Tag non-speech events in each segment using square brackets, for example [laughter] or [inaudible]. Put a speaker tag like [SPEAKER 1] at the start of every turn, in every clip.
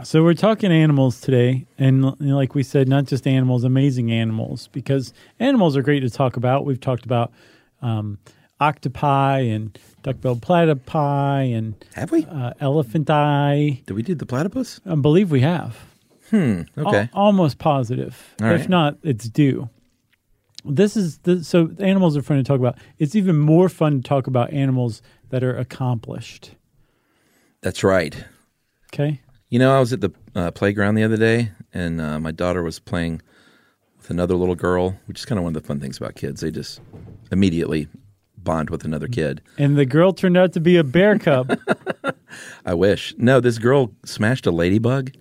[SPEAKER 1] so we're talking animals today, and l- and like we said, not just animals, amazing animals, because animals are great to talk about. We've talked about um, octopi and duck-billed platypi and
[SPEAKER 2] Have we?
[SPEAKER 1] uh, elephant eye.
[SPEAKER 2] Did we do the platypus?
[SPEAKER 1] I believe we have. Al-
[SPEAKER 2] Okay.
[SPEAKER 1] almost positive.
[SPEAKER 2] All
[SPEAKER 1] if
[SPEAKER 2] right.
[SPEAKER 1] not, it's due. This is the, so animals are fun to talk about. It's even more fun to talk about animals that are accomplished.
[SPEAKER 2] That's right.
[SPEAKER 1] Okay.
[SPEAKER 2] You know, I was at the uh, playground the other day, and uh, my daughter was playing with another little girl, which is kind of one of the fun things about kids. They just immediately bond with another kid.
[SPEAKER 1] And the girl turned out to be a bear cub.
[SPEAKER 2] I wish. No, this girl smashed a ladybug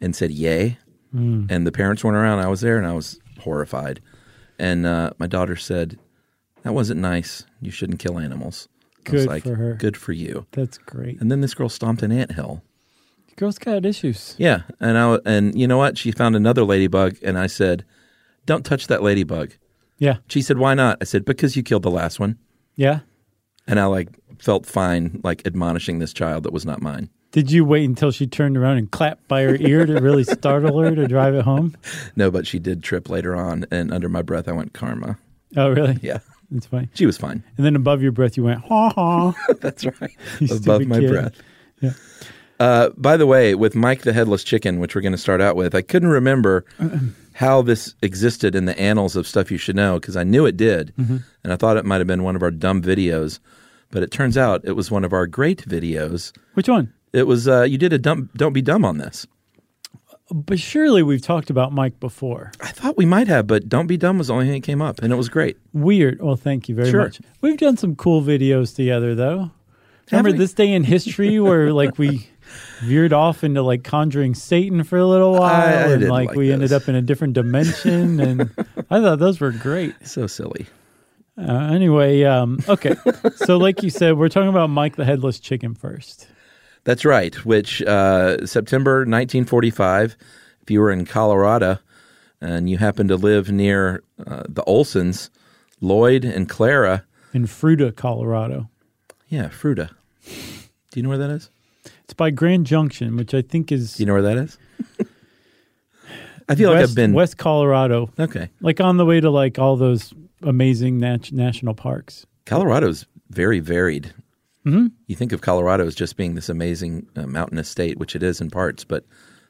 [SPEAKER 2] and said yay.
[SPEAKER 1] Mm.
[SPEAKER 2] And the parents weren't around. I was there and I was horrified. And uh, my daughter said, That wasn't nice. You shouldn't kill animals. I was
[SPEAKER 1] Good
[SPEAKER 2] like,
[SPEAKER 1] for her.
[SPEAKER 2] Good for you.
[SPEAKER 1] That's great.
[SPEAKER 2] And then this girl stomped an anthill.
[SPEAKER 1] Girls got issues.
[SPEAKER 2] Yeah. And I and you know what? She found another ladybug and I said, Don't touch that ladybug.
[SPEAKER 1] Yeah.
[SPEAKER 2] She said, Why not? I said, Because you killed the last one.
[SPEAKER 1] Yeah.
[SPEAKER 2] And I like felt fine like admonishing this child that was not mine.
[SPEAKER 1] Did you wait until she turned around and clapped by her ear to really startle her to drive it home?
[SPEAKER 2] No, but she did trip later on, and under my breath, I went karma.
[SPEAKER 1] Oh, really?
[SPEAKER 2] Yeah, [laughs]
[SPEAKER 1] That's funny.
[SPEAKER 2] she was fine.
[SPEAKER 1] And then above your breath, you went, ha ha.
[SPEAKER 2] That's [laughs] right. Above
[SPEAKER 1] stupid
[SPEAKER 2] my
[SPEAKER 1] kid.
[SPEAKER 2] breath. Uh, by the way, with Mike the Headless Chicken, which we're going to start out with, I couldn't
[SPEAKER 1] [clears throat]
[SPEAKER 2] remember how this existed in the annals of stuff you should know because I knew it did,
[SPEAKER 1] Mm-hmm.
[SPEAKER 2] and I thought it might have been one of our dumb videos, but it turns out it was one of our great videos.
[SPEAKER 1] Which one?
[SPEAKER 2] It was uh, you did a dumb, don't be dumb on this.
[SPEAKER 1] But surely we've talked about Mike before.
[SPEAKER 2] I thought we might have, but don't be dumb was the only thing that came up, and it was great.
[SPEAKER 1] Weird. Well, thank you very
[SPEAKER 2] Sure.
[SPEAKER 1] much. We've done some cool videos together, though.
[SPEAKER 2] Have
[SPEAKER 1] Remember
[SPEAKER 2] we?
[SPEAKER 1] this day in history where like we veered off into like conjuring Satan for a little while,
[SPEAKER 2] I
[SPEAKER 1] and
[SPEAKER 2] didn't
[SPEAKER 1] like,
[SPEAKER 2] like
[SPEAKER 1] we ended
[SPEAKER 2] those.
[SPEAKER 1] up in a different dimension, and I thought those were great.
[SPEAKER 2] So silly.
[SPEAKER 1] Uh, anyway, um, okay, so like you said, we're talking about Mike the Headless Chicken first.
[SPEAKER 2] That's right. Which uh, September 1945, if you were in Colorado and you happened to live near uh, the Olsons, Lloyd and Clara,
[SPEAKER 1] in Fruta, Colorado.
[SPEAKER 2] yeah, Fruta. Do you know where that is?
[SPEAKER 1] It's by Grand Junction, which I think is
[SPEAKER 2] Do you know where that is? I feel like
[SPEAKER 1] West,
[SPEAKER 2] I've been
[SPEAKER 1] West Colorado,
[SPEAKER 2] okay.
[SPEAKER 1] like on the way to like all those amazing nat- national parks.
[SPEAKER 2] Colorado's very varied. Mm-hmm. You think of Colorado as just being this amazing uh, mountainous state, which it is in parts, but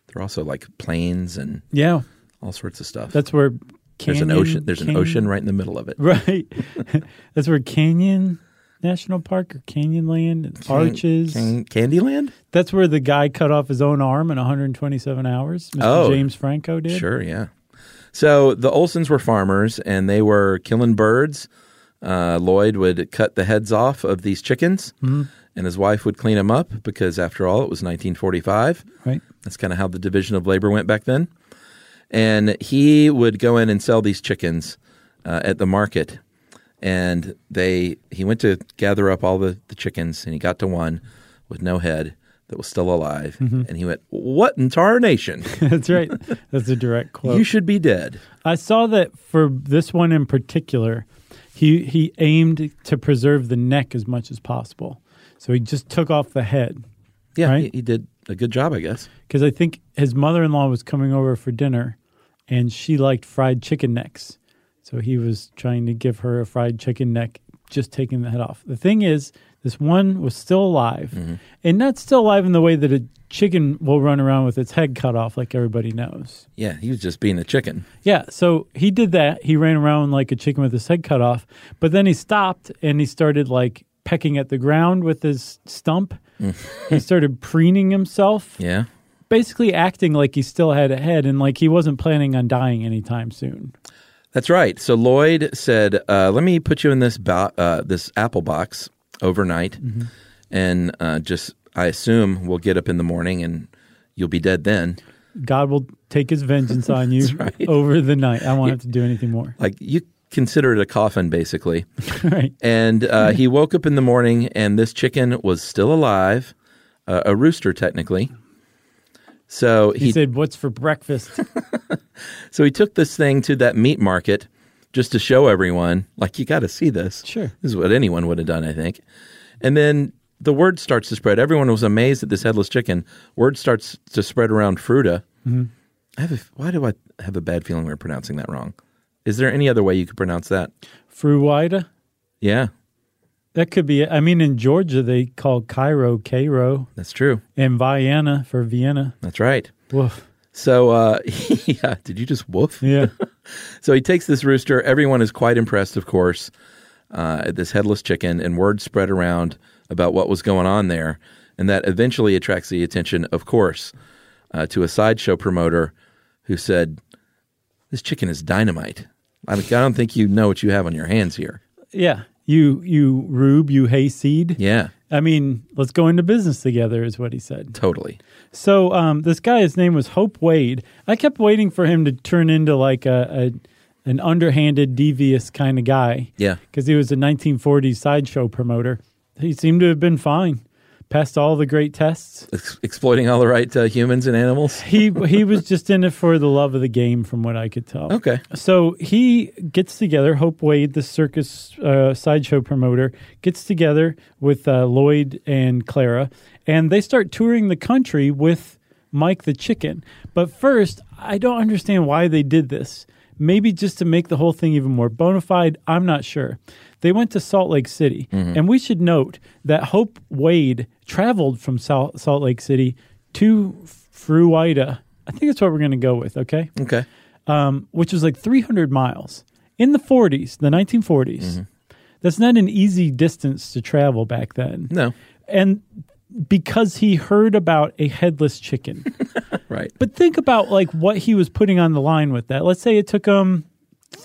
[SPEAKER 2] there are also like plains and
[SPEAKER 1] Yeah,
[SPEAKER 2] all sorts of stuff.
[SPEAKER 1] that's where
[SPEAKER 2] there's
[SPEAKER 1] canyon,
[SPEAKER 2] an ocean. There's an
[SPEAKER 1] canyon-
[SPEAKER 2] ocean right in the middle of it.
[SPEAKER 1] [laughs] right? that's where Canyon National Park or Canyonland and Arches.
[SPEAKER 2] Can- Candyland?
[SPEAKER 1] That's where the guy cut off his own arm in 127 hours. Mr.
[SPEAKER 2] Oh.
[SPEAKER 1] James Franco did.
[SPEAKER 2] Sure, yeah. So the Olsons were farmers and they were killing birds. Uh, Lloyd would cut the heads off of these chickens and his wife would clean them up because, after all, it was 1945.
[SPEAKER 1] right?
[SPEAKER 2] That's kind of how the division of labor went back then. And he would go in and sell these chickens uh, at the market. And they, he went to gather up all the, the chickens, and he got to one with no head that was still alive. And he went, "What in tarnation?
[SPEAKER 1] [laughs] That's right. That's a direct quote.
[SPEAKER 2] you should be dead."
[SPEAKER 1] I saw that for this one in particular, he he aimed to preserve the neck as much as possible. So he just took off the head
[SPEAKER 2] Yeah,
[SPEAKER 1] Right.
[SPEAKER 2] he, he did a good job, I guess.
[SPEAKER 1] because I think his mother-in-law was coming over for dinner, and she liked fried chicken necks. So he was trying to give her a fried chicken neck, just taking the head off. The thing is, this one was still alive, and not still alive in the way that a chicken will run around with its head cut off, like everybody knows.
[SPEAKER 2] Yeah, he was just being a chicken.
[SPEAKER 1] Yeah, so he did that. He ran around like a chicken with his head cut off, but then he stopped and he started like pecking at the ground with his stump. he started preening himself,
[SPEAKER 2] Yeah,
[SPEAKER 1] basically acting like he still had a head and like he wasn't planning on dying anytime soon.
[SPEAKER 2] that's right. So Lloyd said, uh, "Let me put you in this bo- uh, this apple box overnight, and uh, just I assume we'll get up in the morning and you'll be dead then."
[SPEAKER 1] God will take his vengeance on you
[SPEAKER 2] right.
[SPEAKER 1] over the night. I won't have to do anything more. [laughs]
[SPEAKER 2] Like you consider it a coffin, basically.
[SPEAKER 1] right.
[SPEAKER 2] And uh, he woke up in the morning, and this chicken was still alive, uh, a rooster technically. So
[SPEAKER 1] He, said, What's for breakfast?
[SPEAKER 2] So he took this thing to that meat market just to show everyone, like, you got to see this.
[SPEAKER 1] Sure.
[SPEAKER 2] This is what anyone would have done, I think. And then the word starts to spread. Everyone was amazed at this headless chicken. Word starts to spread around Fruta. I have a, why do I have a bad feeling we're pronouncing that wrong? Is there any other way you could pronounce that?
[SPEAKER 1] Fruida?
[SPEAKER 2] Yeah,
[SPEAKER 1] That could be it. I mean, in Georgia, they call Cairo Cairo
[SPEAKER 2] that's true.
[SPEAKER 1] and Vienna for Vienna.
[SPEAKER 2] That's right.
[SPEAKER 1] Woof.
[SPEAKER 2] So, uh, [laughs] yeah, did you just woof?
[SPEAKER 1] Yeah.
[SPEAKER 2] So he takes this rooster. Everyone is quite impressed, of course, uh, at this headless chicken, and word spread around about what was going on there. And that eventually attracts the attention, of course, uh, to a sideshow promoter who said, This chicken is dynamite. I don't- I don't think you know what you have on your hands here.
[SPEAKER 1] Yeah. You you rube, you hayseed.
[SPEAKER 2] Yeah,
[SPEAKER 1] I mean, let's go into business together is what he said.
[SPEAKER 2] totally.
[SPEAKER 1] So um, this guy, his name was Hope Wade. I kept waiting for him to turn into like a, a an underhanded, devious kind of guy.
[SPEAKER 2] Yeah.
[SPEAKER 1] Because he was a 1940s sideshow promoter. He seemed to have been fine, passed all the great tests.
[SPEAKER 2] Ex- exploiting all the right uh, humans and animals.
[SPEAKER 1] He he was just in it for the love of the game, from what I could tell.
[SPEAKER 2] Okay.
[SPEAKER 1] So he gets together, Hope Wade, the circus uh, sideshow promoter, gets together with uh, Lloyd and Clara, and they start touring the country with Mike the Chicken. But first, I don't understand why they did this. Maybe just to make the whole thing even more bona fide, I'm not sure. They went to Salt Lake City, and we should note that Hope Wade traveled from Sal- Salt Lake City to Fruita. I think that's what we're going to go with, okay?
[SPEAKER 2] Okay.
[SPEAKER 1] um, which was like 300 miles in the 40s, the 1940s.
[SPEAKER 2] Mm-hmm.
[SPEAKER 1] That's not an easy distance to travel back then.
[SPEAKER 2] No.
[SPEAKER 1] And because he heard about a
[SPEAKER 2] [laughs]
[SPEAKER 1] headless chicken.
[SPEAKER 2] Right.
[SPEAKER 1] but think about like what he was putting on the line with that. Let's say it took him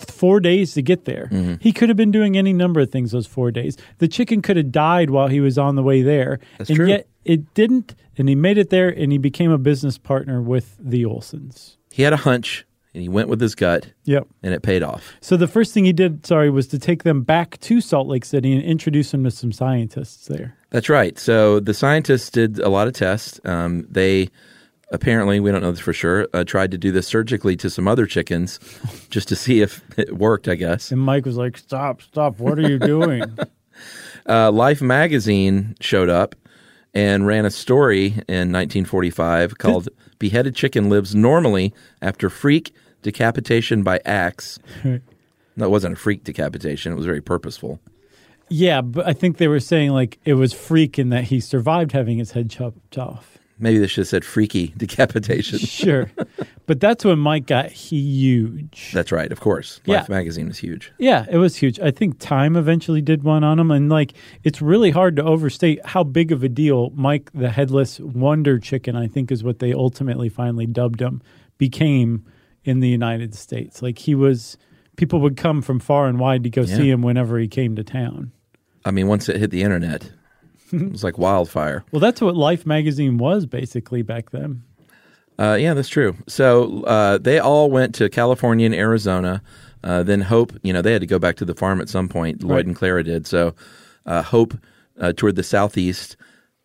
[SPEAKER 1] 4 days to get there.
[SPEAKER 2] Mm-hmm.
[SPEAKER 1] He could have been doing any number of things those 4 days. The chicken could have died while he was on the way there.
[SPEAKER 2] That's
[SPEAKER 1] and
[SPEAKER 2] true.
[SPEAKER 1] yet it didn't and he made it there and he became a business partner with the Olsons.
[SPEAKER 2] He had a hunch, and he went with his gut,
[SPEAKER 1] Yep.
[SPEAKER 2] and it paid off.
[SPEAKER 1] So the first thing he did, sorry, was to take them back to Salt Lake City and introduce them to some scientists there.
[SPEAKER 2] That's right. So the scientists did a lot of tests. Um, they apparently, we don't know this for sure, uh, tried to do this surgically to some other chickens [laughs] just to see if [laughs] it worked, I guess.
[SPEAKER 1] And Mike was like, "Stop, stop! What are you doing?"
[SPEAKER 2] Uh, Life magazine showed up and ran a story in 1945 called Beheaded Chicken Lives Normally After Freak Decapitation by Axe. No, it wasn't a freak decapitation, it was very purposeful.
[SPEAKER 1] [laughs] yeah, but I think they were saying like it was freak in that he survived having his head chopped [laughs] off.
[SPEAKER 2] Maybe they should have said freaky [laughs] decapitation.
[SPEAKER 1] [laughs] Sure, but that's when Mike got huge.
[SPEAKER 2] That's right, of course. Life
[SPEAKER 1] Yeah.
[SPEAKER 2] magazine is huge.
[SPEAKER 1] Yeah, it was huge. I think Time eventually did one on him, and like it's really hard to overstate how big of a deal Mike the Headless Wonder Chicken, I think, is what they ultimately finally dubbed him, became in the United States. Like he was, people would come from far and wide to go
[SPEAKER 2] Yeah.
[SPEAKER 1] see him whenever he came to town.
[SPEAKER 2] I mean, once it hit the internet, it was like wildfire.
[SPEAKER 1] Well, that's what Life magazine was basically back then.
[SPEAKER 2] Uh, yeah, that's true. So uh, they all went to California and Arizona. Uh, then Hope, you know, they had to go back to the farm at some point. Lloyd
[SPEAKER 1] Right.
[SPEAKER 2] and Clara did. So uh, Hope uh, toured the southeast,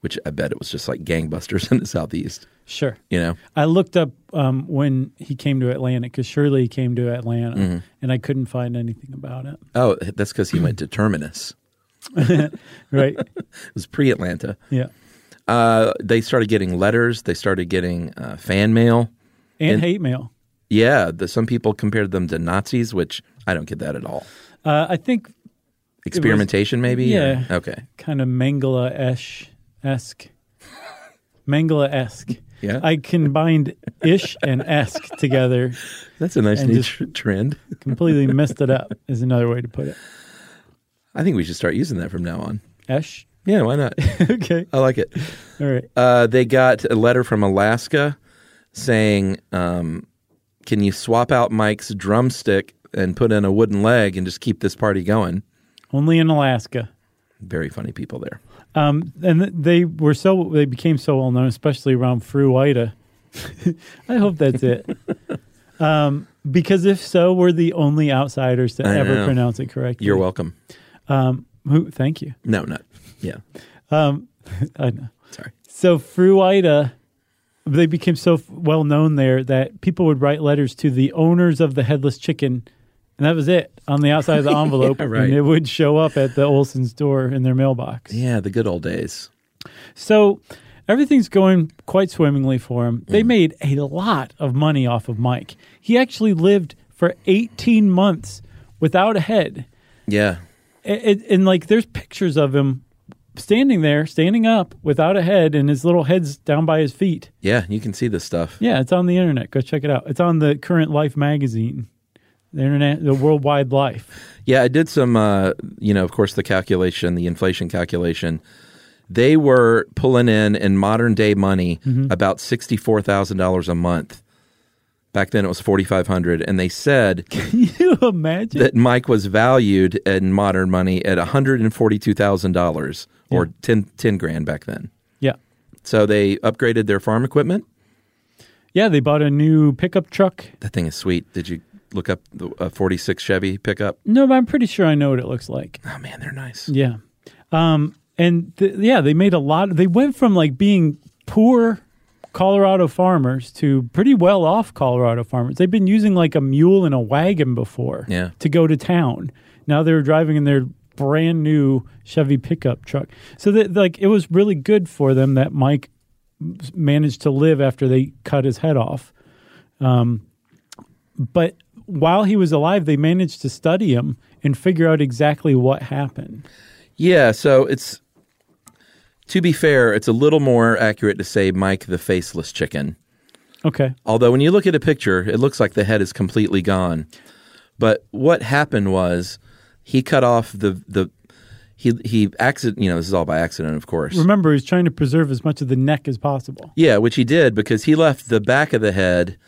[SPEAKER 2] which I bet it was just like gangbusters [laughs] in the southeast.
[SPEAKER 1] Sure.
[SPEAKER 2] You know,
[SPEAKER 1] I looked up um, when he came to Atlanta because surely he came to Atlanta and I couldn't find anything about it.
[SPEAKER 2] oh, that's because he went to Terminus.
[SPEAKER 1] [laughs] Right.
[SPEAKER 2] It was pre-Atlanta.
[SPEAKER 1] yeah.
[SPEAKER 2] Uh, they started getting letters. They started getting uh, fan mail.
[SPEAKER 1] And,
[SPEAKER 2] And-
[SPEAKER 1] hate mail.
[SPEAKER 2] Yeah, the, some people compared them to Nazis, which I don't get that at all.
[SPEAKER 1] Uh, I think
[SPEAKER 2] Experimentation, maybe.
[SPEAKER 1] Yeah.
[SPEAKER 2] Or- okay.
[SPEAKER 1] kind of Mangala ish esque. Mangala esque.
[SPEAKER 2] Yeah.
[SPEAKER 1] I combined ish and esque together,
[SPEAKER 2] That's a nice
[SPEAKER 1] And
[SPEAKER 2] new
[SPEAKER 1] just-
[SPEAKER 2] tr- trend.
[SPEAKER 1] completely messed it up, is another way to put it.
[SPEAKER 2] I think we should start using that from now on.
[SPEAKER 1] Esh.
[SPEAKER 2] Yeah, why not?
[SPEAKER 1] [laughs] okay.
[SPEAKER 2] I [laughs] like it.
[SPEAKER 1] All right.
[SPEAKER 2] Uh, they got a letter from Alaska saying, um, "Can you swap out Mike's drumstick and put in a wooden leg and just keep this party going?"
[SPEAKER 1] Only in Alaska.
[SPEAKER 2] Very funny people there.
[SPEAKER 1] Um, and th- they were so they became so well known, especially around Fruita. [laughs] I hope that's it. um, because if so, we're the only outsiders to
[SPEAKER 2] I
[SPEAKER 1] ever
[SPEAKER 2] know.
[SPEAKER 1] pronounce it correctly.
[SPEAKER 2] You're welcome.
[SPEAKER 1] Who, thank you.
[SPEAKER 2] No, not yeah.
[SPEAKER 1] Um, [laughs] I know.
[SPEAKER 2] Sorry.
[SPEAKER 1] So Fruita, they became so f- well known there that people would write letters to the owners of the headless chicken, and that was it on the outside
[SPEAKER 2] [laughs]
[SPEAKER 1] of the envelope,
[SPEAKER 2] right.
[SPEAKER 1] and it would show up at the Olson's door in their mailbox.
[SPEAKER 2] Yeah, the good old days.
[SPEAKER 1] So everything's going quite swimmingly for him.
[SPEAKER 2] Mm.
[SPEAKER 1] They made a lot of money off of Mike. He actually lived for 18 months without a head.
[SPEAKER 2] Yeah,
[SPEAKER 1] It, and like there's pictures of him standing there, standing up without a head, and his little head's down by his feet.
[SPEAKER 2] yeah. You can see this stuff.
[SPEAKER 1] Yeah, it's on the internet. Go check it out. It's on the current Life magazine. The internet, the worldwide life. [laughs]
[SPEAKER 2] Yeah, I did some, uh, you know, of course, the calculation, the inflation calculation. They were pulling in in modern day money about sixty four thousand dollars a month. Back then, it was forty five hundred, and they said
[SPEAKER 1] Can you imagine?
[SPEAKER 2] that Mike was valued in modern money at one hundred and forty two thousand dollars or 10, 10 grand back then.
[SPEAKER 1] yeah.
[SPEAKER 2] So they upgraded their farm equipment.
[SPEAKER 1] Yeah, they bought a new pickup truck.
[SPEAKER 2] That thing is sweet. Did you look up the uh, forty six Chevy pickup?
[SPEAKER 1] No, but I'm pretty sure I know what it looks like.
[SPEAKER 2] Oh man, they're nice.
[SPEAKER 1] Yeah. Um, and th- yeah, they made a lot. They went from like being poor Colorado farmers to pretty well off Colorado farmers. They've been using like a mule and a wagon before
[SPEAKER 2] Yeah.
[SPEAKER 1] to go to town. Now they're driving in their brand new Chevy pickup truck. So that like it was really good for them that Mike s- managed to live after they cut his head off. Um, but while he was alive, they managed to study him and figure out exactly what happened.
[SPEAKER 2] Yeah, so it's to be fair, it's a little more accurate to say Mike the faceless chicken.
[SPEAKER 1] Okay.
[SPEAKER 2] Although when you look at a picture, it looks like the head is completely gone. But what happened was he cut off the the he he accident, you know, this is all by accident, of course.
[SPEAKER 1] Remember, he's trying to preserve as much of the neck as possible.
[SPEAKER 2] Yeah, which he did because he left the back of the head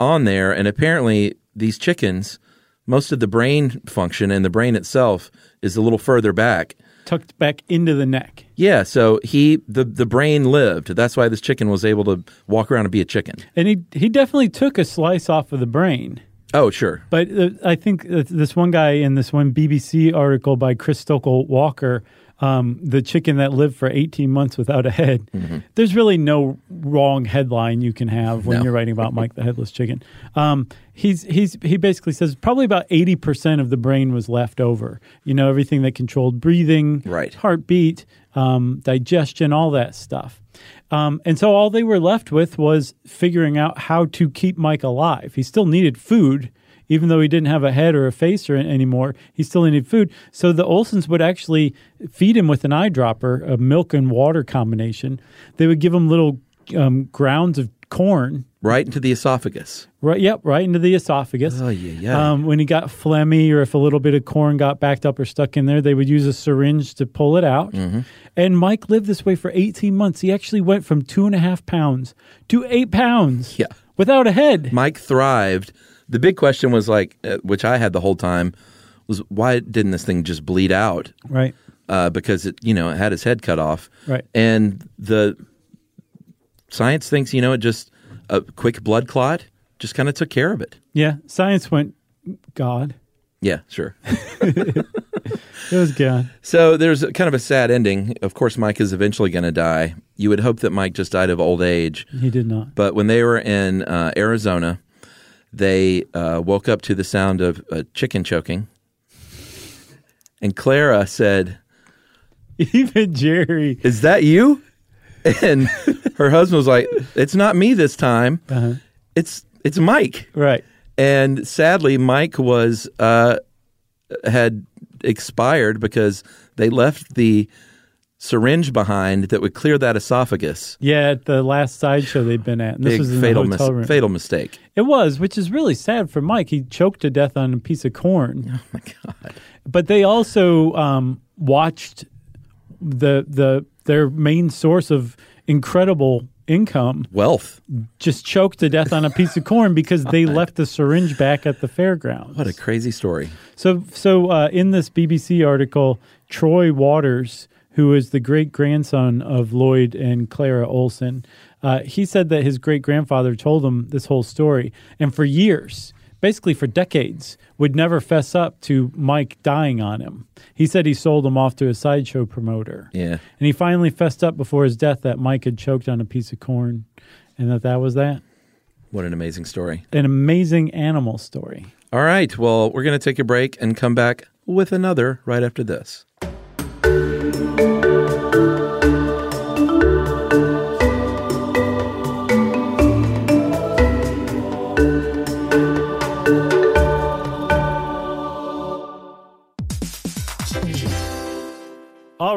[SPEAKER 2] on there, and apparently these chickens, most of the brain function and the brain itself is a little further back.
[SPEAKER 1] Tucked back into the neck.
[SPEAKER 2] Yeah, so he the the brain lived. That's why this chicken was able to walk around and be a chicken.
[SPEAKER 1] And he, he definitely took a slice off of the brain.
[SPEAKER 2] Oh, sure.
[SPEAKER 1] But uh, I think that this one guy in this one BBC article by Chris Stokel Walker, um, the chicken that lived for 18 months without a head,
[SPEAKER 2] Mm-hmm.
[SPEAKER 1] there's really no wrong headline you can have when
[SPEAKER 2] No.
[SPEAKER 1] you're writing about Mike the Headless Chicken. Um, he's, he's, he basically says probably about 80% of the brain was left over. You know, everything that controlled breathing,
[SPEAKER 2] Right.
[SPEAKER 1] heartbeat, um, digestion, all that stuff. Um, and so all they were left with was figuring out how to keep Mike alive. He still needed food, even though he didn't have a head or a face or anymore. He still needed food. So the Olsons would actually feed him with an eyedropper, a milk and water combination. They would give him little um, grounds of corn.
[SPEAKER 2] Right into the esophagus.
[SPEAKER 1] Right, yep, right into the esophagus.
[SPEAKER 2] Oh, yeah, yeah.
[SPEAKER 1] Um, when he got phlegmy or if a little bit of corn got backed up or stuck in there, they would use a syringe to pull it out.
[SPEAKER 2] Mm-hmm.
[SPEAKER 1] And Mike lived this way for 18 months. He actually went from two and a half pounds to eight pounds
[SPEAKER 2] Yeah.
[SPEAKER 1] without a head.
[SPEAKER 2] Mike thrived. The big question was like, uh, which I had the whole time, was why didn't this thing just bleed out?
[SPEAKER 1] Right.
[SPEAKER 2] Uh, because it, you know, it had his head cut off.
[SPEAKER 1] Right.
[SPEAKER 2] And the science thinks, you know, it just a quick blood clot just kind of took care of it.
[SPEAKER 1] Yeah. Science went, God.
[SPEAKER 2] Yeah, sure. [laughs]
[SPEAKER 1] It was God.
[SPEAKER 2] So there's a- kind of a sad ending. Of course, Mike is eventually going to die. You would hope that Mike just died of old age.
[SPEAKER 1] He did not. [laughs]
[SPEAKER 2] But when they were in uh, Arizona, they uh, woke up to the sound of uh, chicken choking. And Clara said,
[SPEAKER 1] Even Jerry.
[SPEAKER 2] Is that you? [laughs] And her husband was like, It's not me this time.
[SPEAKER 1] Uh-huh.
[SPEAKER 2] It's it's Mike.
[SPEAKER 1] Right.
[SPEAKER 2] And sadly, Mike was uh, had expired because they left the syringe behind that would clear that esophagus.
[SPEAKER 1] Yeah, at the last sideshow they'd been at. And this
[SPEAKER 2] Big
[SPEAKER 1] was in
[SPEAKER 2] fatal
[SPEAKER 1] the hotel
[SPEAKER 2] mis-
[SPEAKER 1] room.
[SPEAKER 2] fatal mistake.
[SPEAKER 1] It was, which is really sad for Mike. He choked to death on a piece of corn.
[SPEAKER 2] Oh my god.
[SPEAKER 1] But they also um, watched the the their main source of incredible income
[SPEAKER 2] Wealth.
[SPEAKER 1] just choked to death on a piece of corn because they left the syringe back at the fairgrounds.
[SPEAKER 2] What a crazy story.
[SPEAKER 1] So, so uh, in this BBC article, Troy Waters, who is the great grandson of Lloyd and Clara Olson, uh, he said that his great grandfather told him this whole story, and for years, basically for decades, would never fess up to Mike dying on him. He said he sold him off to a sideshow promoter,
[SPEAKER 2] Yeah.
[SPEAKER 1] and he finally fessed up before his death that Mike had choked on a piece of corn, and that that was that.
[SPEAKER 2] What an amazing story.
[SPEAKER 1] An amazing animal story.
[SPEAKER 2] All right. Well, we're going to take a break and come back with another right after this.
[SPEAKER 1] All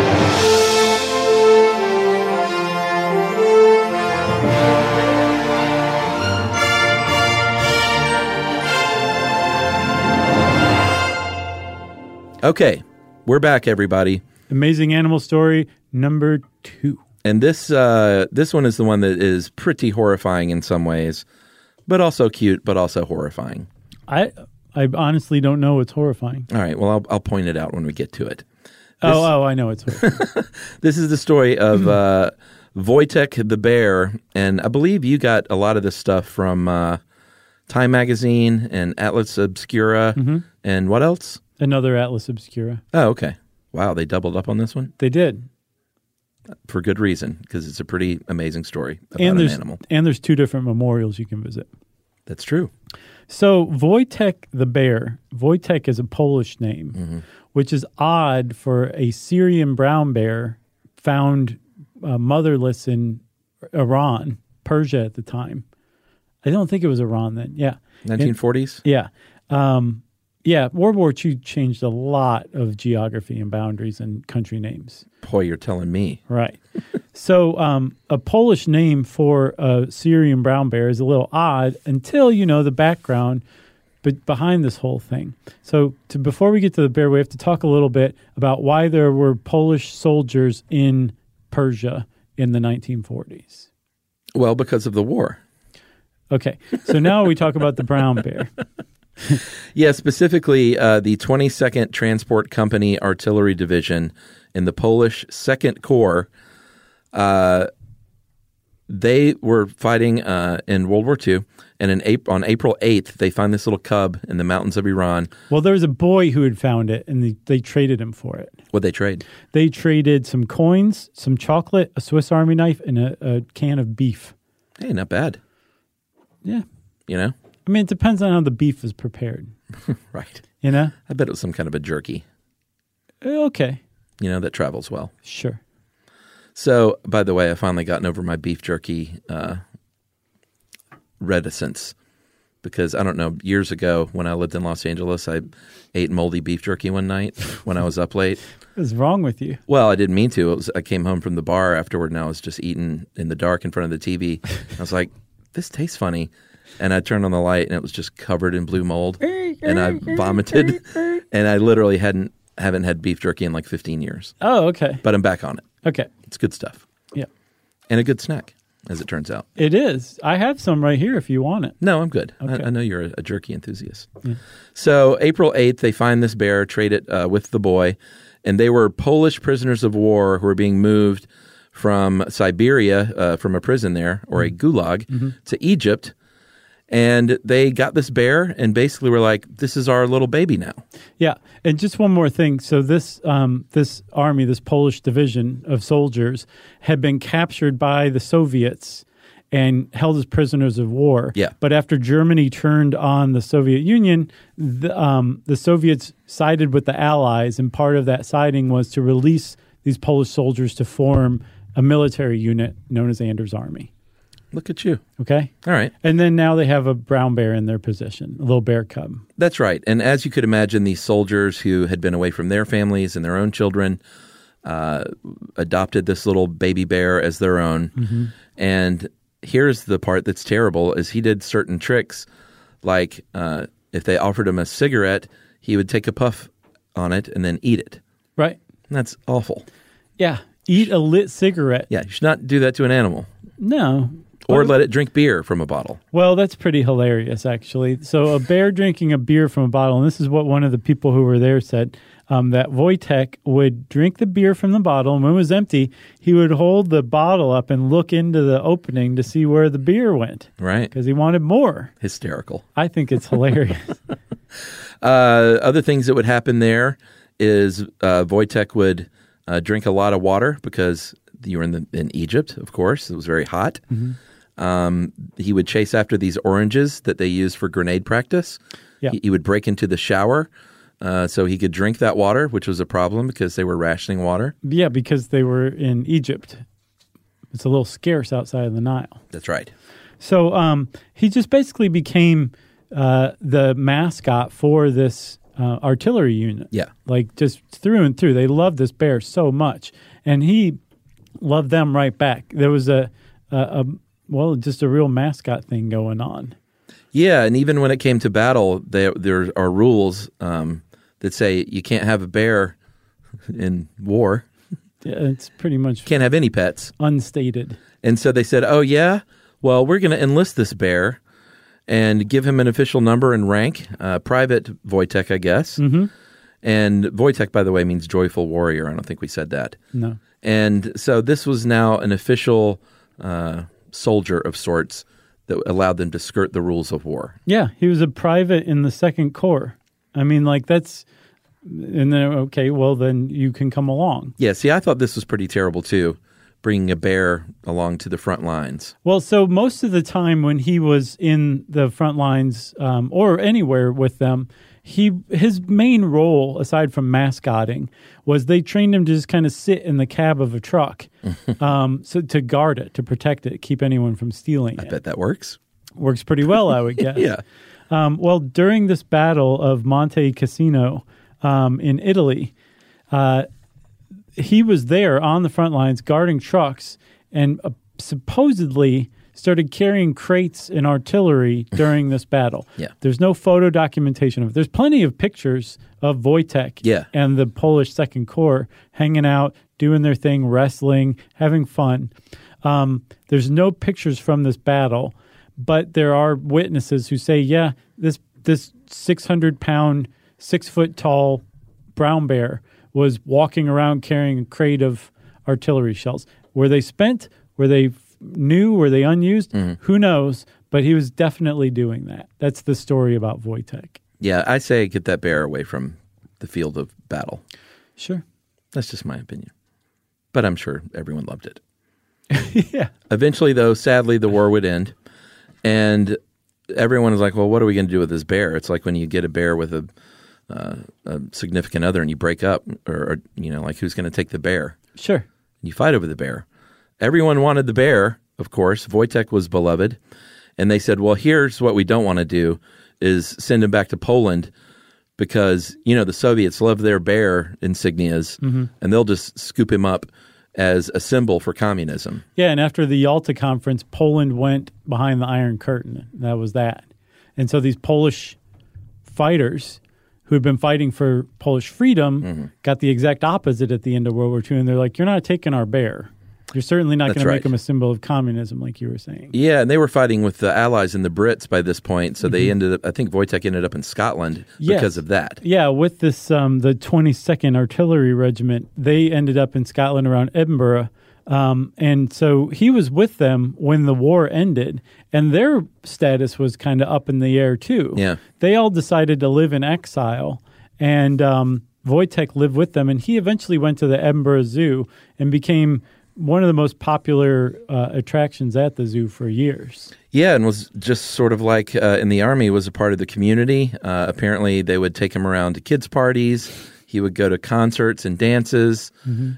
[SPEAKER 2] Okay, we're back, everybody.
[SPEAKER 1] Amazing Animal Story number two.
[SPEAKER 2] And this uh, this one is the one that is pretty horrifying in some ways, but also cute, but also horrifying.
[SPEAKER 1] I I honestly don't know. It's horrifying.
[SPEAKER 2] All right, well, I'll, I'll point it out when we get to it.
[SPEAKER 1] oh, oh, I know
[SPEAKER 2] [laughs]
[SPEAKER 1] it's horrifying.
[SPEAKER 2] This is the story
[SPEAKER 1] Hmm.
[SPEAKER 2] of uh, Wojtek the bear, and I believe you got a lot of this stuff from uh, Time Magazine and Atlas Obscura,
[SPEAKER 1] Mm-hmm.
[SPEAKER 2] and what else?
[SPEAKER 1] another Atlas Obscura.
[SPEAKER 2] Oh, okay. Wow, they doubled up on this one
[SPEAKER 1] They did,
[SPEAKER 2] for good reason because it's a pretty amazing story about
[SPEAKER 1] and
[SPEAKER 2] an
[SPEAKER 1] there's
[SPEAKER 2] animal.
[SPEAKER 1] and there's two different memorials you can visit.
[SPEAKER 2] That's trtrue.
[SPEAKER 1] So Wojtek the bear, Wojtek is a Polish name,
[SPEAKER 2] Mm-hmm.
[SPEAKER 1] which is odd for a Syrian brown bear found uh, motherless in Iran, Persia at the time. I don't think it was Iran then. Yeah.
[SPEAKER 2] 1940s.
[SPEAKER 1] Yeah. Um, yeah, World War II changed a lot of geography and boundaries and country names.
[SPEAKER 2] Boy, you're telling me.
[SPEAKER 1] Right. so um, a Polish name for a Syrian brown bear is a little odd until you know the background but behind this whole thing. So to, before we get to the bear, we have to talk a little bit about why there were Polish soldiers in Persia in the 1940s.
[SPEAKER 2] Well, because of the war.
[SPEAKER 1] Okay, so now we talk about the brown bear.
[SPEAKER 2] Yeah, specifically uh, the 22nd Transport Company Artillery Division in the Polish Second Corps. Uh, they were fighting uh, in World War II, and in Ap- on April 8th, they find this little cub in the mountains of Iran.
[SPEAKER 1] Well, there was a boy who had found it, and they, they traded him for it.
[SPEAKER 2] What they trade?
[SPEAKER 1] They traded some coins, some chocolate, a Swiss Army knife, and a, a can of beef.
[SPEAKER 2] Hey, not bad.
[SPEAKER 1] Yeah,
[SPEAKER 2] You know,
[SPEAKER 1] I mean, it depends on how the beef is prepared.
[SPEAKER 2] right?
[SPEAKER 1] You know?
[SPEAKER 2] I bet it was some kind of a jerky.
[SPEAKER 1] Eh, Okay,
[SPEAKER 2] You know that travels well.
[SPEAKER 1] sure.
[SPEAKER 2] So, by the way, I finally gotten over my beef jerky uh, reticence because I don't know. Years ago, when I lived in Los Angeles, I ate moldy beef jerky one night when I was up late.
[SPEAKER 1] What's wrong with you?
[SPEAKER 2] Well, I didn't mean to. It was I came home from the bar afterward, and I was just eating in the dark in front of the TV. I was like, "This tastes funny," and I turned on the light, and it was just covered in blue mold, and I vomited, and I literally hadn't haven't had beef jerky in like 15 years.
[SPEAKER 1] Oh, okay.
[SPEAKER 2] But I'm back on it.
[SPEAKER 1] Okay.
[SPEAKER 2] It's good stuff
[SPEAKER 1] Yeah.
[SPEAKER 2] and a good snack, as it turns out.
[SPEAKER 1] It is. I have some right here if you want it.
[SPEAKER 2] No, I'm good.
[SPEAKER 1] Okay.
[SPEAKER 2] I, I know you're a, a jerky enthusiast. So April 8th, they find this bear, trade it uh, with the boy, and they were Polish prisoners of war who were being moved from Siberia, uh, from a prison there, or a gulag, to Egypt. And they got this bear and basically were like, this is our little baby now.
[SPEAKER 1] Yeah, and just one more thing. So this um, this army, this Polish division of soldiers, had been captured by the Soviets and held as prisoners of war.
[SPEAKER 2] Yeah.
[SPEAKER 1] But after Germany turned on the Soviet Union, the, um, the Soviets sided with the Allies, and part of that siding was to release these Polish soldiers to form a military unit known as Anders Army.
[SPEAKER 2] Look at you.
[SPEAKER 1] Okay.
[SPEAKER 2] All right.
[SPEAKER 1] And then now they have a brown bear in their position, a little bear cub.
[SPEAKER 2] That's right. And as you could imagine, these soldiers who had been away from their families and their own children uh, adopted this little baby bear as their own. And here's the part that's terrible: is he did certain tricks, like uh, if they offered him a cigarette, he would take a puff on it and then eat it.
[SPEAKER 1] Right.
[SPEAKER 2] And that's awful.
[SPEAKER 1] Yeah. Eat a lit cigarette.
[SPEAKER 2] Yeah, you should not do that to an animal,
[SPEAKER 1] No.
[SPEAKER 2] or let it drink beer from a bottle.
[SPEAKER 1] Well, that's pretty hilarious, actually. So, a bear drinking a beer from a bottle, and this is what one of the people who were there said um, that Wojtek would drink the beer from the bottle, and when it was empty, he would hold the bottle up and look into the opening to see where the beer went
[SPEAKER 2] Right?
[SPEAKER 1] because he wanted more.
[SPEAKER 2] Hysterical.
[SPEAKER 1] I think it's hilarious.
[SPEAKER 2] Uh, other things that would happen there is uh, Wojtek would uh, drink a lot of water because you were in the, in Egypt, of course. It was very hot. Um, he would chase after these oranges that they used for grenade practice.
[SPEAKER 1] Yeah.
[SPEAKER 2] He, he would break into the shower uh, so he could drink that water, which was a problem because they were rationing water.
[SPEAKER 1] yeah, because they were in Egypt. It's a little scarce outside of the Nile.
[SPEAKER 2] That's right.
[SPEAKER 1] So um, he just basically became uh, the mascot for this uh, artillery unit.
[SPEAKER 2] Yeah.
[SPEAKER 1] Like just through and through. They loved this bear so much. And he loved them right back. There was a, a, a well, just a real mascot thing going on.
[SPEAKER 2] Yeah, and even when it came to battle, there there are rules um, that say you can't have a bear [laughs] in war.
[SPEAKER 1] Yeah, It's pretty much
[SPEAKER 2] Can't have any pets.
[SPEAKER 1] unstated.
[SPEAKER 2] And so they said, "Oh yeah, well we're going to enlist this bear and give him an official number and rank, uh, Private Wojtek, I guess." Mm-hmm. And Wojtek, by the way, means joyful warrior. I don't think we said that.
[SPEAKER 1] No.
[SPEAKER 2] And so this was now an official uh, soldier of sorts that allowed them to skirt the rules of war.
[SPEAKER 1] Yeah, he was a private in the second corps. I mean, like that's, and then okay, well then you can come along.
[SPEAKER 2] Yeah, see, I thought this was pretty terrible too, bringing a bear along to the front lines.
[SPEAKER 1] Well, so most of the time when he was in the front lines um, or anywhere with them, he his main role aside from mascotting was they trained him to just kind of sit in the cab of
[SPEAKER 2] [laughs]
[SPEAKER 1] a truck, um, so to guard it, to protect it, keep anyone from stealing
[SPEAKER 2] I
[SPEAKER 1] it.
[SPEAKER 2] bet that works.
[SPEAKER 1] Works pretty well,
[SPEAKER 2] [laughs]
[SPEAKER 1] I would guess.
[SPEAKER 2] Yeah.
[SPEAKER 1] Um, well, during this battle of Monte Cassino um, in Italy, uh, he was there on the front lines guarding trucks and uh, supposedly started carrying crates and
[SPEAKER 2] [laughs]
[SPEAKER 1] artillery during this battle.
[SPEAKER 2] Yeah.
[SPEAKER 1] There's no photo documentation of it. There's plenty of pictures of Wojtek
[SPEAKER 2] Yeah.
[SPEAKER 1] and the Polish Second Corps hanging out, doing their thing, wrestling, having fun. Um, there's no pictures from this battle, but there are witnesses who say, yeah, this this 600 pound, six foot tall brown bear was walking around carrying a crate of artillery shells. Were they spent? Were they f- new? Were they unused? Who knows? But he was definitely doing that. That's the story about Wojtek.
[SPEAKER 2] Yeah, I say get that bear away from the field of battle.
[SPEAKER 1] Sure.
[SPEAKER 2] That's just my opinion. But I'm sure everyone loved it.
[SPEAKER 1] yeah.
[SPEAKER 2] Eventually, though, sadly, the war would end. And everyone was like, well, what are we going to do with this bear? It's like when you get a bear with a, uh, a significant other and you break up, or, or you know, like who's going to take the bear?
[SPEAKER 1] Sure.
[SPEAKER 2] You fight over the bear. Everyone wanted the bear, of course. Wojtek was beloved. And they said, well, here's what we don't want to do is send him back to Poland because, you know, the Soviets love their bear insignias and they'll just scoop him up as a symbol for communism.
[SPEAKER 1] Yeah, and after the Yalta conference, Poland went behind the Iron Curtain. That was that. And so these Polish fighters who had been fighting for Polish freedom
[SPEAKER 2] Mm-hmm.
[SPEAKER 1] got the exact opposite at the end of World War II. And they're like, you're not taking our bear. You're certainly not
[SPEAKER 2] That's
[SPEAKER 1] going to
[SPEAKER 2] right.
[SPEAKER 1] make him a symbol of communism, like you were saying.
[SPEAKER 2] Yeah, and they were fighting with the Allies and the Brits by this point. So they ended up, I think Wojtek ended up in Scotland
[SPEAKER 1] Yes.
[SPEAKER 2] because of that.
[SPEAKER 1] Yeah, with this, um, the 22nd Artillery Regiment, they ended up in Scotland around Edinburgh. Um, and so he was with them when the war ended, and their status was kind of up in the air, too.
[SPEAKER 2] Yeah.
[SPEAKER 1] They all decided to live in exile, and um, Wojtek lived with them, and he eventually went to the Edinburgh Zoo and became one of the most popular uh, attractions at the zoo for years.
[SPEAKER 2] Yeah, and was just sort of like uh, in the army was a part of the community. Uh, apparently, they would take him around to kids' parties. He would go to concerts and dances,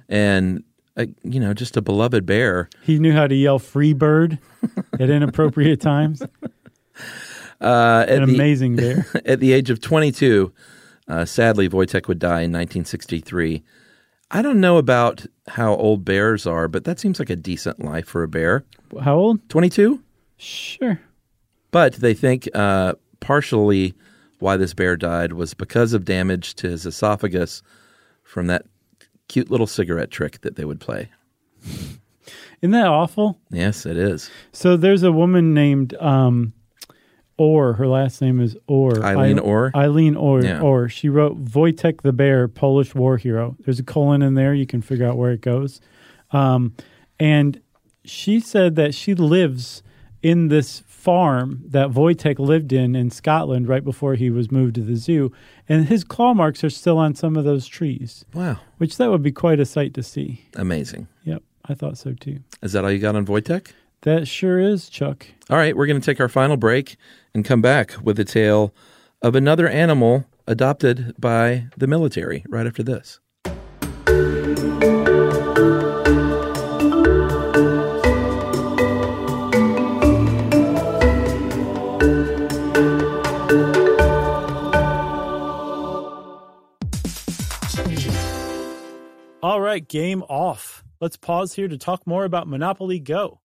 [SPEAKER 2] and uh, you know, just a beloved bear.
[SPEAKER 1] He knew how to yell free bird at inappropriate times.
[SPEAKER 2] Uh, at
[SPEAKER 1] An
[SPEAKER 2] the
[SPEAKER 1] amazing bear.
[SPEAKER 2] [laughs] at the age of 22, uh, sadly, Wojtek would die in 1963. I don't know about how old bears are, but that seems like a decent life for a bear.
[SPEAKER 1] How old?
[SPEAKER 2] 22.
[SPEAKER 1] Sure.
[SPEAKER 2] But they think uh, partially why this bear died was because of damage to his esophagus from that cute little cigarette trick that they would play.
[SPEAKER 1] Isn't that awful?
[SPEAKER 2] Yes, it is.
[SPEAKER 1] So there's a woman named um, Orr. Her last name is Orr.
[SPEAKER 2] Eileen
[SPEAKER 1] Eile-
[SPEAKER 2] Orr?
[SPEAKER 1] Eileen Orr.
[SPEAKER 2] Yeah.
[SPEAKER 1] Orr. She wrote Wojtek the Bear, Polish War Hero. There's a colon in there. You can figure out where it goes. Um, and she said that she lives in this farm that Wojtek lived in in Scotland right before he was moved to the zoo. And his claw marks are still on some of those trees,
[SPEAKER 2] Wow.
[SPEAKER 1] which that would be quite a sight to see.
[SPEAKER 2] Amazing.
[SPEAKER 1] Yep, I thought so too.
[SPEAKER 2] Is that all you got on Wojtek?
[SPEAKER 1] That sure is, Chuck.
[SPEAKER 2] All right, we're going to take our final break and come back with a tale of another animal adopted by the military right after this.
[SPEAKER 1] All right, game off. Let's pause here to talk more about Monopoly Go.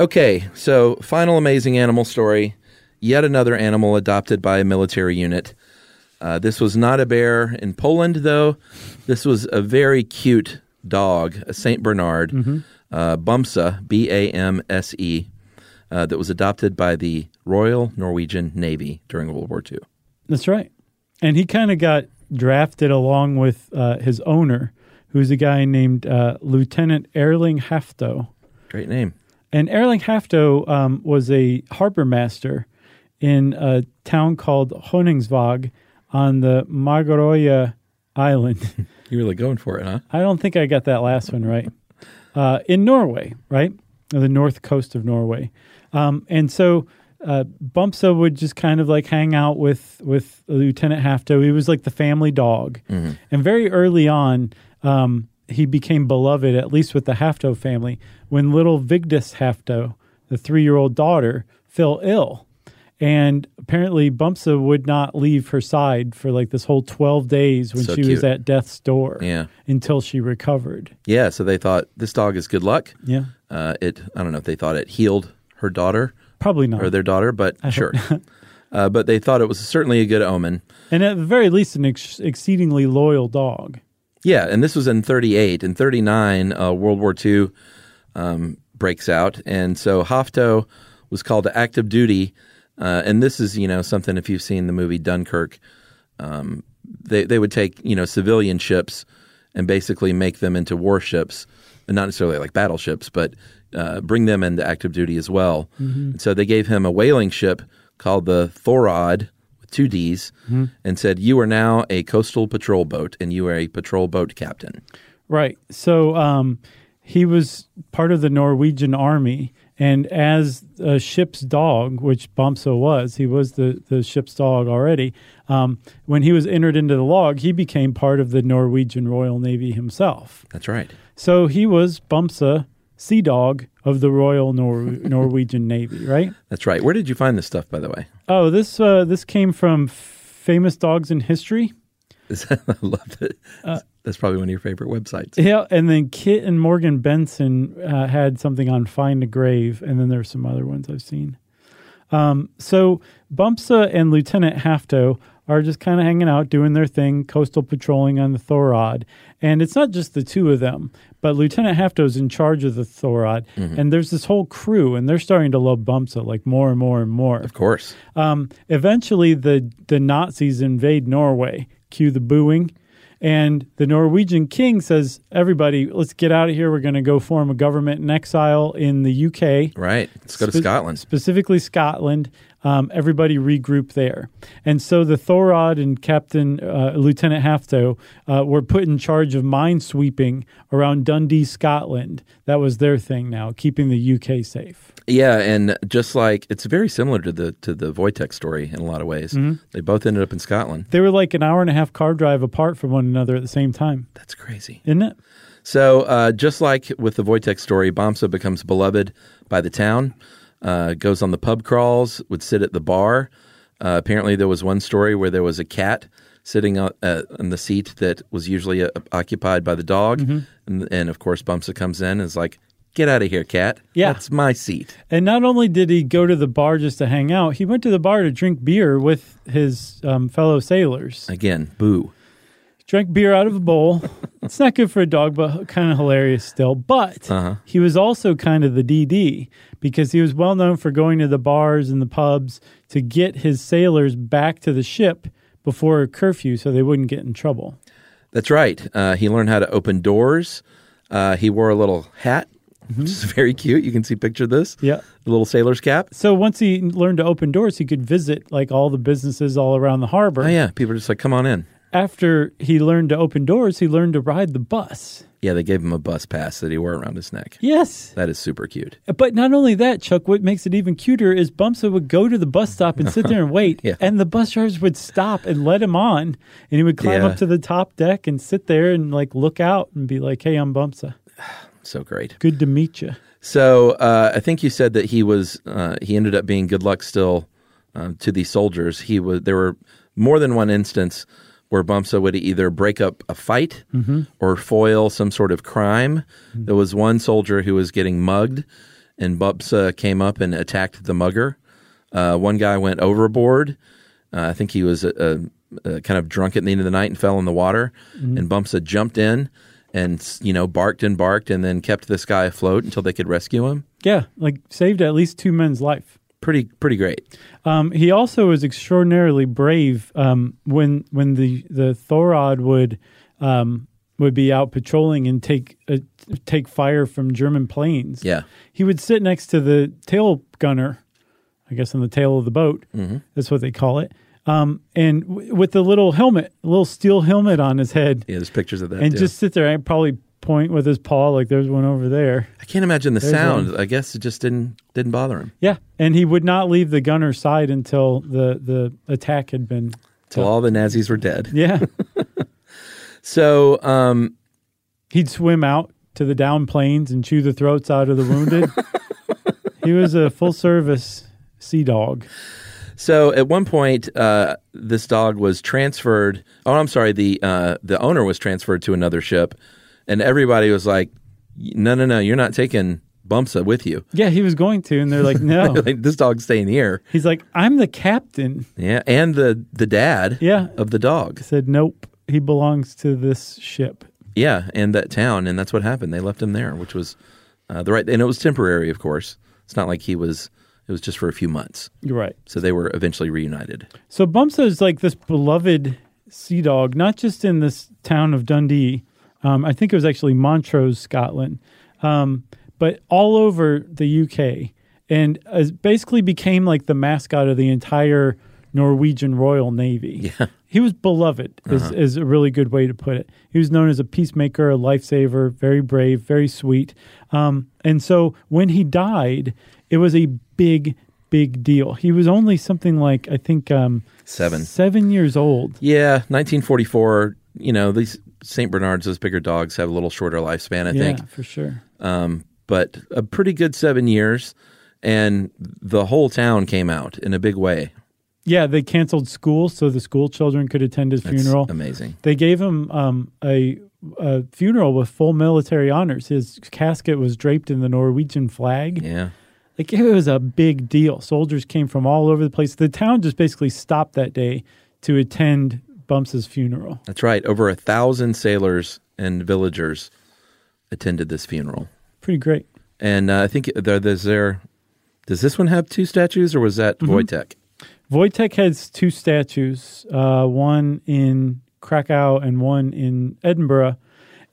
[SPEAKER 2] Okay, so final amazing animal story. Yet another animal adopted by a military unit. Uh, this was not a bear in Poland, though. This was a very cute dog, a Saint Bernard, uh, Bumsa, B A M S E, uh, that was adopted by the Royal Norwegian Navy during World War II.
[SPEAKER 1] That's right. And he kind of got drafted along with uh, his owner, who's a guy named uh, Lieutenant Erling Hafto.
[SPEAKER 2] Great name.
[SPEAKER 1] And Erling Hafto um, was a harbor master in a town called Honingsvag on the Magaroya Island. [laughs]
[SPEAKER 2] You're really going for it, huh?
[SPEAKER 1] I don't think I got that last one right. Uh, in Norway, right? On The north coast of Norway. Um, and so uh, Bumpsa would just kind of like hang out with, with Lieutenant Hafto. He was like the family dog.
[SPEAKER 2] Mm-hmm.
[SPEAKER 1] And very early on, um, he became beloved, at least with the Hafto family, when little Vigdis Hafto, the three year old daughter, fell ill. And apparently, Bumpsa would not leave her side for like this whole 12 days when
[SPEAKER 2] So
[SPEAKER 1] she
[SPEAKER 2] cute.
[SPEAKER 1] was at death's door
[SPEAKER 2] Yeah.
[SPEAKER 1] until she recovered.
[SPEAKER 2] Yeah, so they thought this dog is good luck.
[SPEAKER 1] Yeah.
[SPEAKER 2] Uh, it I don't know if they thought it healed her daughter
[SPEAKER 1] Probably not.
[SPEAKER 2] or their daughter, but sure. uh, but they thought it was certainly a good omen.
[SPEAKER 1] and at the very least, an ex- exceedingly loyal dog.
[SPEAKER 2] Yeah, and this was in 38. In 39, uh, World War II um, breaks out. And so Hofto was called to active duty. Uh, and this is, you know, something if you've seen the movie Dunkirk, um, they, they would take, you know, civilian ships and basically make them into warships, and not necessarily like battleships, but uh, bring them into active duty as well. And So they gave him a whaling ship called the Thorod with two D's and said, You are now a coastal patrol boat and you are a patrol boat captain.
[SPEAKER 1] Right. So um, he was part of the Norwegian army. And as a ship's dog, which Bumpso was, he was the, the ship's dog already. Um, when he was entered into the log, he became part of the Norwegian Royal Navy himself.
[SPEAKER 2] That's right.
[SPEAKER 1] So he was Bumpsa, sea dog of the Royal Nor- [laughs] Norwegian Navy, right?
[SPEAKER 2] That's right. Where did you find this stuff, by the way? [laughs]
[SPEAKER 1] Oh, this uh, this came from famous dogs in history.
[SPEAKER 2] Is- I loved it. That's probably one of your favorite websites.
[SPEAKER 1] Yeah, and then Kit and Morgan Benson uh, had something on Find a Grave, and then there's some other ones I've seen. Um, so Bumpsa and Lieutenant Hafto are just kind of hanging out, doing their thing, coastal patrolling on the Thorod. And it's not just the two of them, but Lieutenant Hafto's in charge of the Thorod, and there's this whole crew, and they're starting to love Bumpsa like more and more and more.
[SPEAKER 2] Of course.
[SPEAKER 1] Um, eventually, the, the Nazis invade Norway. Cue the booing. And the Norwegian king says, Everybody, let's get out of here. We're going to go form a government in exile in the UK,
[SPEAKER 2] Right. Let's go to
[SPEAKER 1] Spe-
[SPEAKER 2] Scotland.
[SPEAKER 1] specifically Scotland. um, everybody regrouped there. And so the Thorod and Captain uh, Lieutenant Hafto uh, were put in charge of mine sweeping around Dundee, Scotland. That was their thing now, keeping the UK safe.
[SPEAKER 2] Yeah, and just like it's very similar to the to the Voitech story in a lot of ways. They both ended up in Scotland.
[SPEAKER 1] They were like an hour and a half car drive apart from one another at the same time,
[SPEAKER 2] That's crazy.
[SPEAKER 1] isn't it?
[SPEAKER 2] So, uh, just like with the Voitech story, Bomsa becomes beloved by the town, uh, goes on the pub crawls, would sit at the bar. Uh, apparently, there was one story where there was a cat sitting on, uh, on the seat that was usually uh, occupied by the dog. And, and of course, Bomsa comes in and is like, Get out of here, cat.
[SPEAKER 1] Yeah.
[SPEAKER 2] That's my seat.
[SPEAKER 1] And not only did he go to the bar just to hang out, he went to the bar to drink beer with his um, fellow sailors.
[SPEAKER 2] Again, boo.
[SPEAKER 1] drank beer out of
[SPEAKER 2] [laughs]
[SPEAKER 1] a bowl. it's not good for a dog, but kind of hilarious still. But
[SPEAKER 2] Uh-huh.
[SPEAKER 1] he was also kind of the DD because he was well known for going to the bars and the pubs to get his sailors back to the ship before a curfew so they wouldn't get in trouble.
[SPEAKER 2] That's right. Uh, he learned how to open doors. Uh, he wore a little hat, which is very cute. You can see picture of this.
[SPEAKER 1] Yeah.
[SPEAKER 2] A little sailor's cap.
[SPEAKER 1] So once he learned to open doors, he could visit like all the businesses all around the harbor.
[SPEAKER 2] Oh, yeah. People are just like, come on in.
[SPEAKER 1] After he learned to open doors, he learned to ride the bus.
[SPEAKER 2] Yeah, they gave him a bus pass that he wore around his neck.
[SPEAKER 1] Yes.
[SPEAKER 2] That is super cute.
[SPEAKER 1] But not only that, Chuck, what makes it even cuter is Bumpsa would go to the bus stop and sit
[SPEAKER 2] [laughs]
[SPEAKER 1] there and wait,
[SPEAKER 2] Yeah.
[SPEAKER 1] and the bus drivers would stop and let him on, and he would climb
[SPEAKER 2] Yeah.
[SPEAKER 1] up to the top deck and sit there and like look out and be like, "Hey, I'm Bumpsa.
[SPEAKER 2] So great.
[SPEAKER 1] Good to meet you."
[SPEAKER 2] So uh, I think you said that he was uh, he ended up being good luck still um, to these soldiers. He was there were more than one instance where Bumsa would either break up a fight or foil some sort of crime. There was one soldier who was getting mugged, and Bumsa came up and attacked the mugger. Uh, one guy went overboard. Uh, I think he was uh, uh, kind of drunk at the end of the night and fell in the water.
[SPEAKER 1] Mm-hmm.
[SPEAKER 2] And Bumpsa jumped in and s- you know barked and barked and then kept this guy afloat until they could rescue him.
[SPEAKER 1] Yeah, like saved at least two men's life.
[SPEAKER 2] Pretty pretty great.
[SPEAKER 1] Um, he also was extraordinarily brave um, when when the the Thorod would um, would be out patrolling and take uh, take fire from German planes.
[SPEAKER 2] Yeah,
[SPEAKER 1] he would sit next to the tail gunner, I guess on the tail of the boat.
[SPEAKER 2] Mm-hmm.
[SPEAKER 1] That's what they call it. Um, and w- with the little helmet, little steel helmet on his head,
[SPEAKER 2] yeah. There's pictures of that.
[SPEAKER 1] and
[SPEAKER 2] too.
[SPEAKER 1] just sit there and probably point with his paw like there's one over there.
[SPEAKER 2] I can't imagine the sound.
[SPEAKER 1] one.
[SPEAKER 2] I guess it just didn't didn't bother him
[SPEAKER 1] Yeah, and he would not leave the gunner's side until the the attack had been.
[SPEAKER 2] till all the Nazis were dead. [laughs]
[SPEAKER 1] Yeah,
[SPEAKER 2] So um,
[SPEAKER 1] he'd swim out to the down planes and chew the throats out of the
[SPEAKER 2] [laughs]
[SPEAKER 1] wounded. he was a full service sea dog.
[SPEAKER 2] So at one point, uh, this dog was transferred. Oh, I'm sorry. The uh, the owner was transferred to another ship, and everybody was like, "No, no, no! You're not taking Bumpsa with you. [laughs]
[SPEAKER 1] Yeah, he was going to, and they're like, no.
[SPEAKER 2] like, this dog's staying here."
[SPEAKER 1] He's like, I'm the captain.
[SPEAKER 2] Yeah, and the the dad
[SPEAKER 1] Yeah.
[SPEAKER 2] of the dog.
[SPEAKER 1] said, "Nope, he belongs to this ship."
[SPEAKER 2] Yeah, and that town, and that's what happened. They left him there, which was uh, the right, and it was temporary, of course. It's not like he was. It was just for a few months.
[SPEAKER 1] You're right.
[SPEAKER 2] So they were eventually reunited.
[SPEAKER 1] So Bumsa is like this beloved sea dog, not just in this town of Dundee. Um, I think it was actually Montrose, Scotland, um, but all over the UK, and as basically became like the mascot of the entire Norwegian Royal Navy. Yeah. He was beloved, is,
[SPEAKER 2] Uh-huh.
[SPEAKER 1] is a really good way to put it. He was known as a peacemaker, a lifesaver, very brave, very sweet. Um, and so when he died, it was a big, big deal. He was only something like, I think, um,
[SPEAKER 2] Seven.
[SPEAKER 1] seven years old.
[SPEAKER 2] Yeah, 1944. You know, these Saint Bernards, those bigger dogs, have a little shorter lifespan, I
[SPEAKER 1] yeah,
[SPEAKER 2] think, Um,
[SPEAKER 1] for sure.
[SPEAKER 2] but a pretty good seven years. And the whole town came out in a big way.
[SPEAKER 1] Yeah, they canceled school so the school children could attend his
[SPEAKER 2] It's
[SPEAKER 1] funeral.
[SPEAKER 2] amazing.
[SPEAKER 1] They gave him um, a, a funeral with full military honors. His casket was draped in the Norwegian flag.
[SPEAKER 2] Yeah,
[SPEAKER 1] Like it was a big deal. Soldiers came from all over the place. The town just basically stopped that day to attend Bumps' funeral.
[SPEAKER 2] that's right. Over a thousand sailors and villagers attended this funeral,
[SPEAKER 1] Pretty great.
[SPEAKER 2] and uh, I think there, there's there. Does this one have two statues, or was that Wojtek?
[SPEAKER 1] Wojtek has two statues, uh, one in Krakow and one in Edinburgh.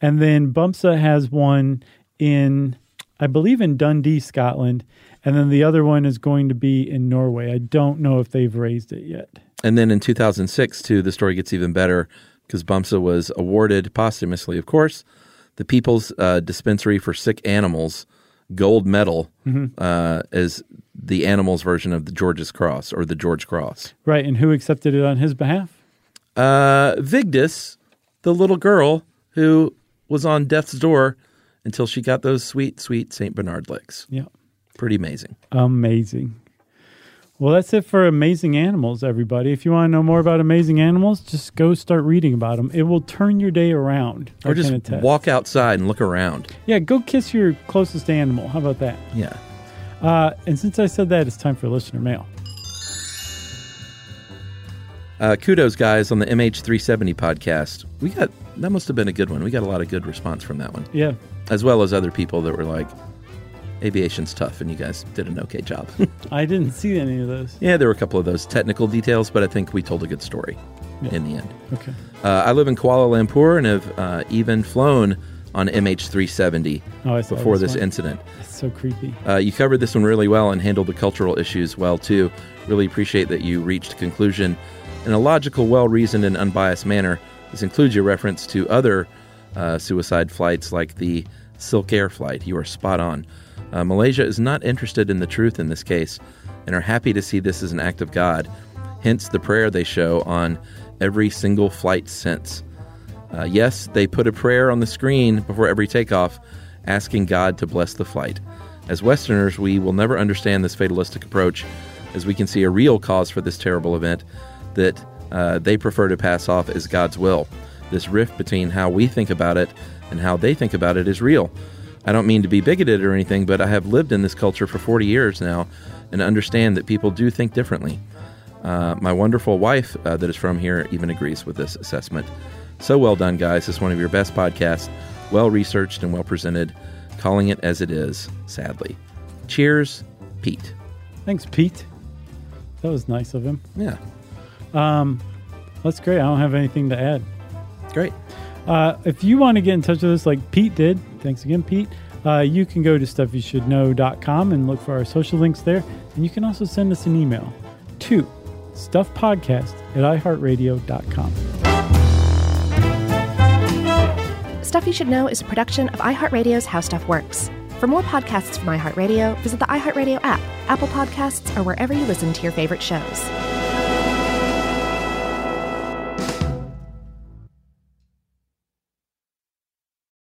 [SPEAKER 1] And then Bumsa has one in, I believe, in Dundee, Scotland. And then the other one is going to be in Norway. I don't know if they've raised it yet.
[SPEAKER 2] And then in 2006, too, the story gets even better because Bumsa was awarded posthumously, of course, the People's uh, Dispensary for Sick Animals gold medal uh, as the animals version of the George's Cross or the George Cross.
[SPEAKER 1] Right. And who accepted it on his behalf?
[SPEAKER 2] Uh, Vigdis, the little girl who was on death's door until she got those sweet, sweet St. Bernard licks.
[SPEAKER 1] Yeah.
[SPEAKER 2] Pretty amazing.
[SPEAKER 1] Amazing. Well, that's it for Amazing Animals, everybody. If you want to know more about Amazing Animals, just go start reading about them. It will turn your day around. I
[SPEAKER 2] Or
[SPEAKER 1] can
[SPEAKER 2] just
[SPEAKER 1] attest.
[SPEAKER 2] walk outside and look around.
[SPEAKER 1] Yeah, go kiss your closest animal. How about that?
[SPEAKER 2] Yeah.
[SPEAKER 1] Uh, and since I said that, it's time for listener mail.
[SPEAKER 2] Uh, kudos, guys, on the MH370 podcast. We got that must have been a good one. We got a lot of good response from that one,
[SPEAKER 1] Yeah,
[SPEAKER 2] as well as other people that were like, "Aviation's tough," and you guys did an okay
[SPEAKER 1] [laughs]
[SPEAKER 2] job.
[SPEAKER 1] I didn't see any of those.
[SPEAKER 2] yeah, there were a couple of those technical details, but I think we told a good story in the end.
[SPEAKER 1] Okay.
[SPEAKER 2] Uh, I live in Kuala Lumpur and have uh, even flown on MH370
[SPEAKER 1] Oh, I saw
[SPEAKER 2] before this
[SPEAKER 1] one.
[SPEAKER 2] incident.
[SPEAKER 1] It's so creepy.
[SPEAKER 2] Uh, you covered this one really well and handled the cultural issues well too. Really appreciate that you reached a conclusion in a logical, well-reasoned, and unbiased manner. This includes your reference to other uh, suicide flights like the Silk Air flight. You are spot on. Uh, Malaysia is not interested in the truth in this case, and are happy to see this as an act of God. Hence the prayer they show on every single flight since. Uh, yes, they put a prayer on the screen before every takeoff, asking God to bless the flight. As Westerners, we will never understand this fatalistic approach, as we can see a real cause for this terrible event that uh, they prefer to pass off as God's will. This rift between how we think about it and how they think about it is real. I don't mean to be bigoted or anything, but I have lived in this culture for 40 years now and understand that people do think differently. Uh, my wonderful wife, uh, that is from here, even agrees with this assessment. So well done, guys. It's one of your best podcasts. Well researched and well presented. Calling it as it is, sadly. Cheers, Pete.
[SPEAKER 1] Thanks, Pete. That was nice of him.
[SPEAKER 2] Yeah,
[SPEAKER 1] That's great. I don't have anything to add.
[SPEAKER 2] it's great.
[SPEAKER 1] Uh, if you want to get in touch with us like Pete did, thanks again, Pete, uh, you can go to stuffyoushouldknow.com and look for our social links there. And you can also send us an email to stuffpodcast at iheartradio.com.
[SPEAKER 3] Stuff You Should Know is a production of iHeartRadio's How Stuff Works. For more podcasts from iHeartRadio, visit the iHeartRadio app, Apple Podcasts, or wherever you listen to your favorite shows.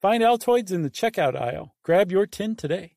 [SPEAKER 1] Find Altoids in the checkout aisle. Grab your tin today.